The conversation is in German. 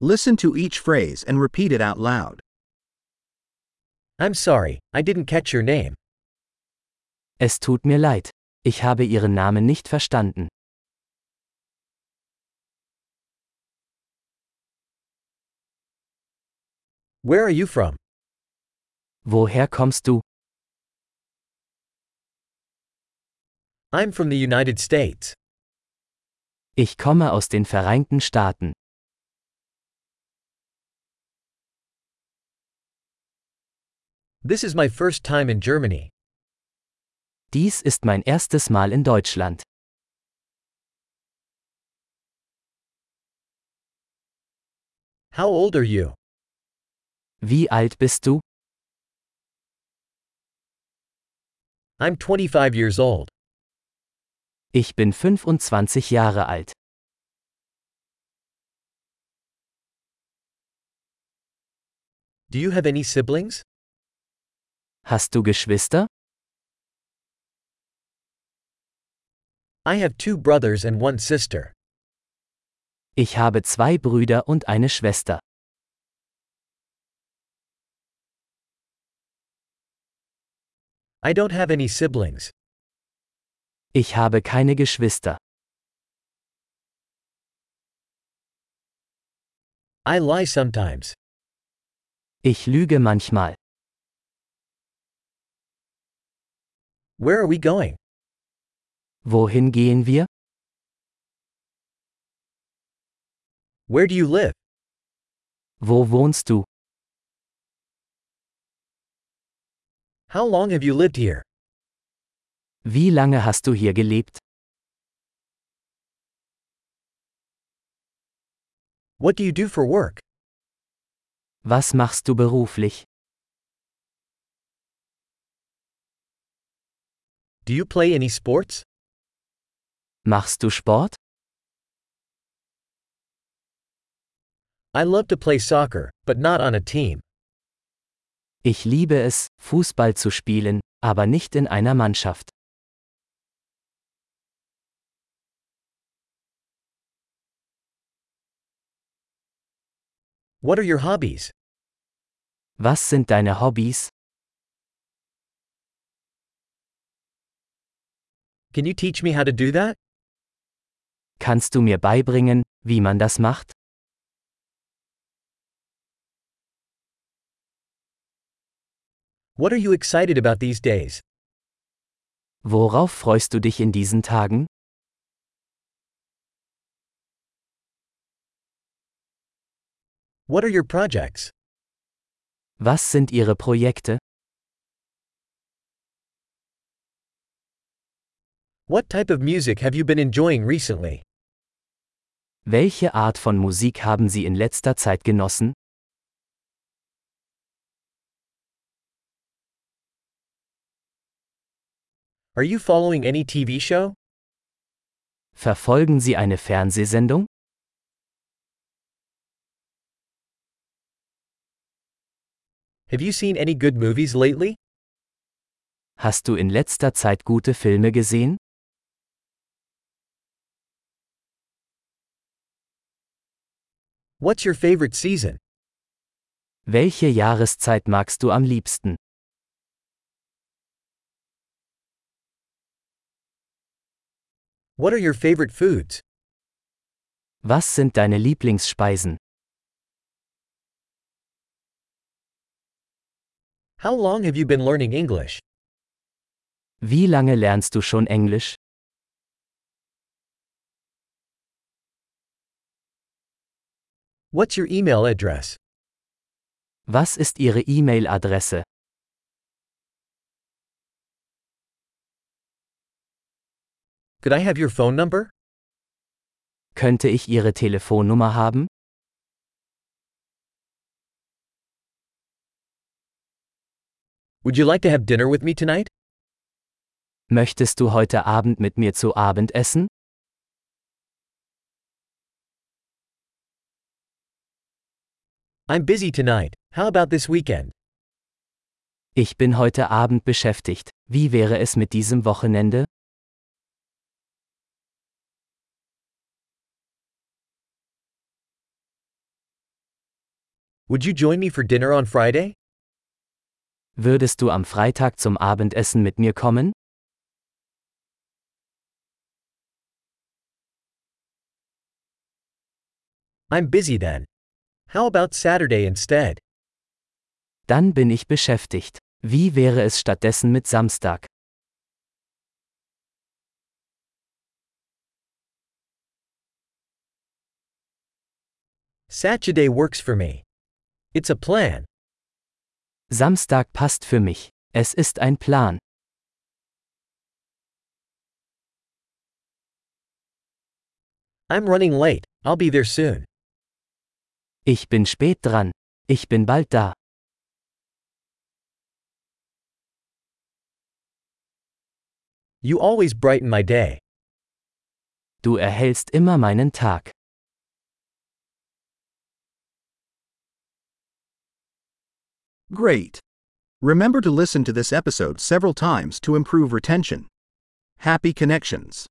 Listen to each phrase and repeat it out loud. I'm sorry, I didn't catch your name. Es tut mir leid. Ich habe Ihren Namen nicht verstanden. Where are you from? Woher kommst du? I'm from the United States. Ich komme aus den Vereinigten Staaten. This is my first time in Germany. Dies ist mein erstes Mal in Deutschland. How old are you? Wie alt bist du? I'm 25 years old. Ich bin 25 Jahre alt. Do you have any siblings? Hast du Geschwister? I have two brothers and one sister. Ich habe zwei Brüder und eine Schwester. I don't have any siblings. Ich habe keine Geschwister. I lie sometimes. Ich lüge manchmal. Where are we going? Wohin gehen wir? Where do you live? Wo wohnst du? How long have you lived here? Wie lange hast du hier gelebt? What do you do for work? Was machst du beruflich? Do you play any sports? Machst du Sport? I love to play soccer, but not on a team. Ich liebe es, Fußball zu spielen, aber nicht in einer Mannschaft. What are your hobbies? Was sind deine Hobbys? Can you teach me how to do that? Kannst du mir beibringen, wie man das macht? What are you excited about these days? Worauf freust du dich in diesen Tagen? What are your projects? Was sind ihre Projekte? What type of music have you been enjoying recently? Welche Art von Musik haben sie in letzter Zeit genossen? Are you following any TV show? Verfolgen sie eine Fernsehsendung? Have you seen any good movies lately? Hast du in letzter Zeit gute Filme gesehen? What's your favorite season? Welche Jahreszeit magst du am liebsten? What are your favorite foods? Was sind deine Lieblingsspeisen? How long have you been learning English? Wie lange lernst du schon Englisch? What's your email address? Was ist ihre E-Mail-Adresse? Could I have your phone number? Könnte ich ihre Telefonnummer haben? Would you like to have dinner with me tonight? Möchtest du heute Abend mit mir zu Abend essen? I'm busy tonight. How about this weekend? Ich bin heute Abend beschäftigt. Wie wäre es mit diesem Wochenende? Would you join me for dinner on Friday? Würdest du am Freitag zum Abendessen mit mir kommen? I'm busy then. How about Saturday instead? Dann bin ich beschäftigt. Wie wäre es stattdessen mit Samstag? Saturday works for me. It's a plan. Samstag passt für mich. Es ist ein Plan. I'm running late. I'll be there soon. Ich bin spät dran. Ich bin bald da. You always brighten my day. Du erhellst immer meinen Tag. Great. Remember to listen to this episode several times to improve retention. Happy connections.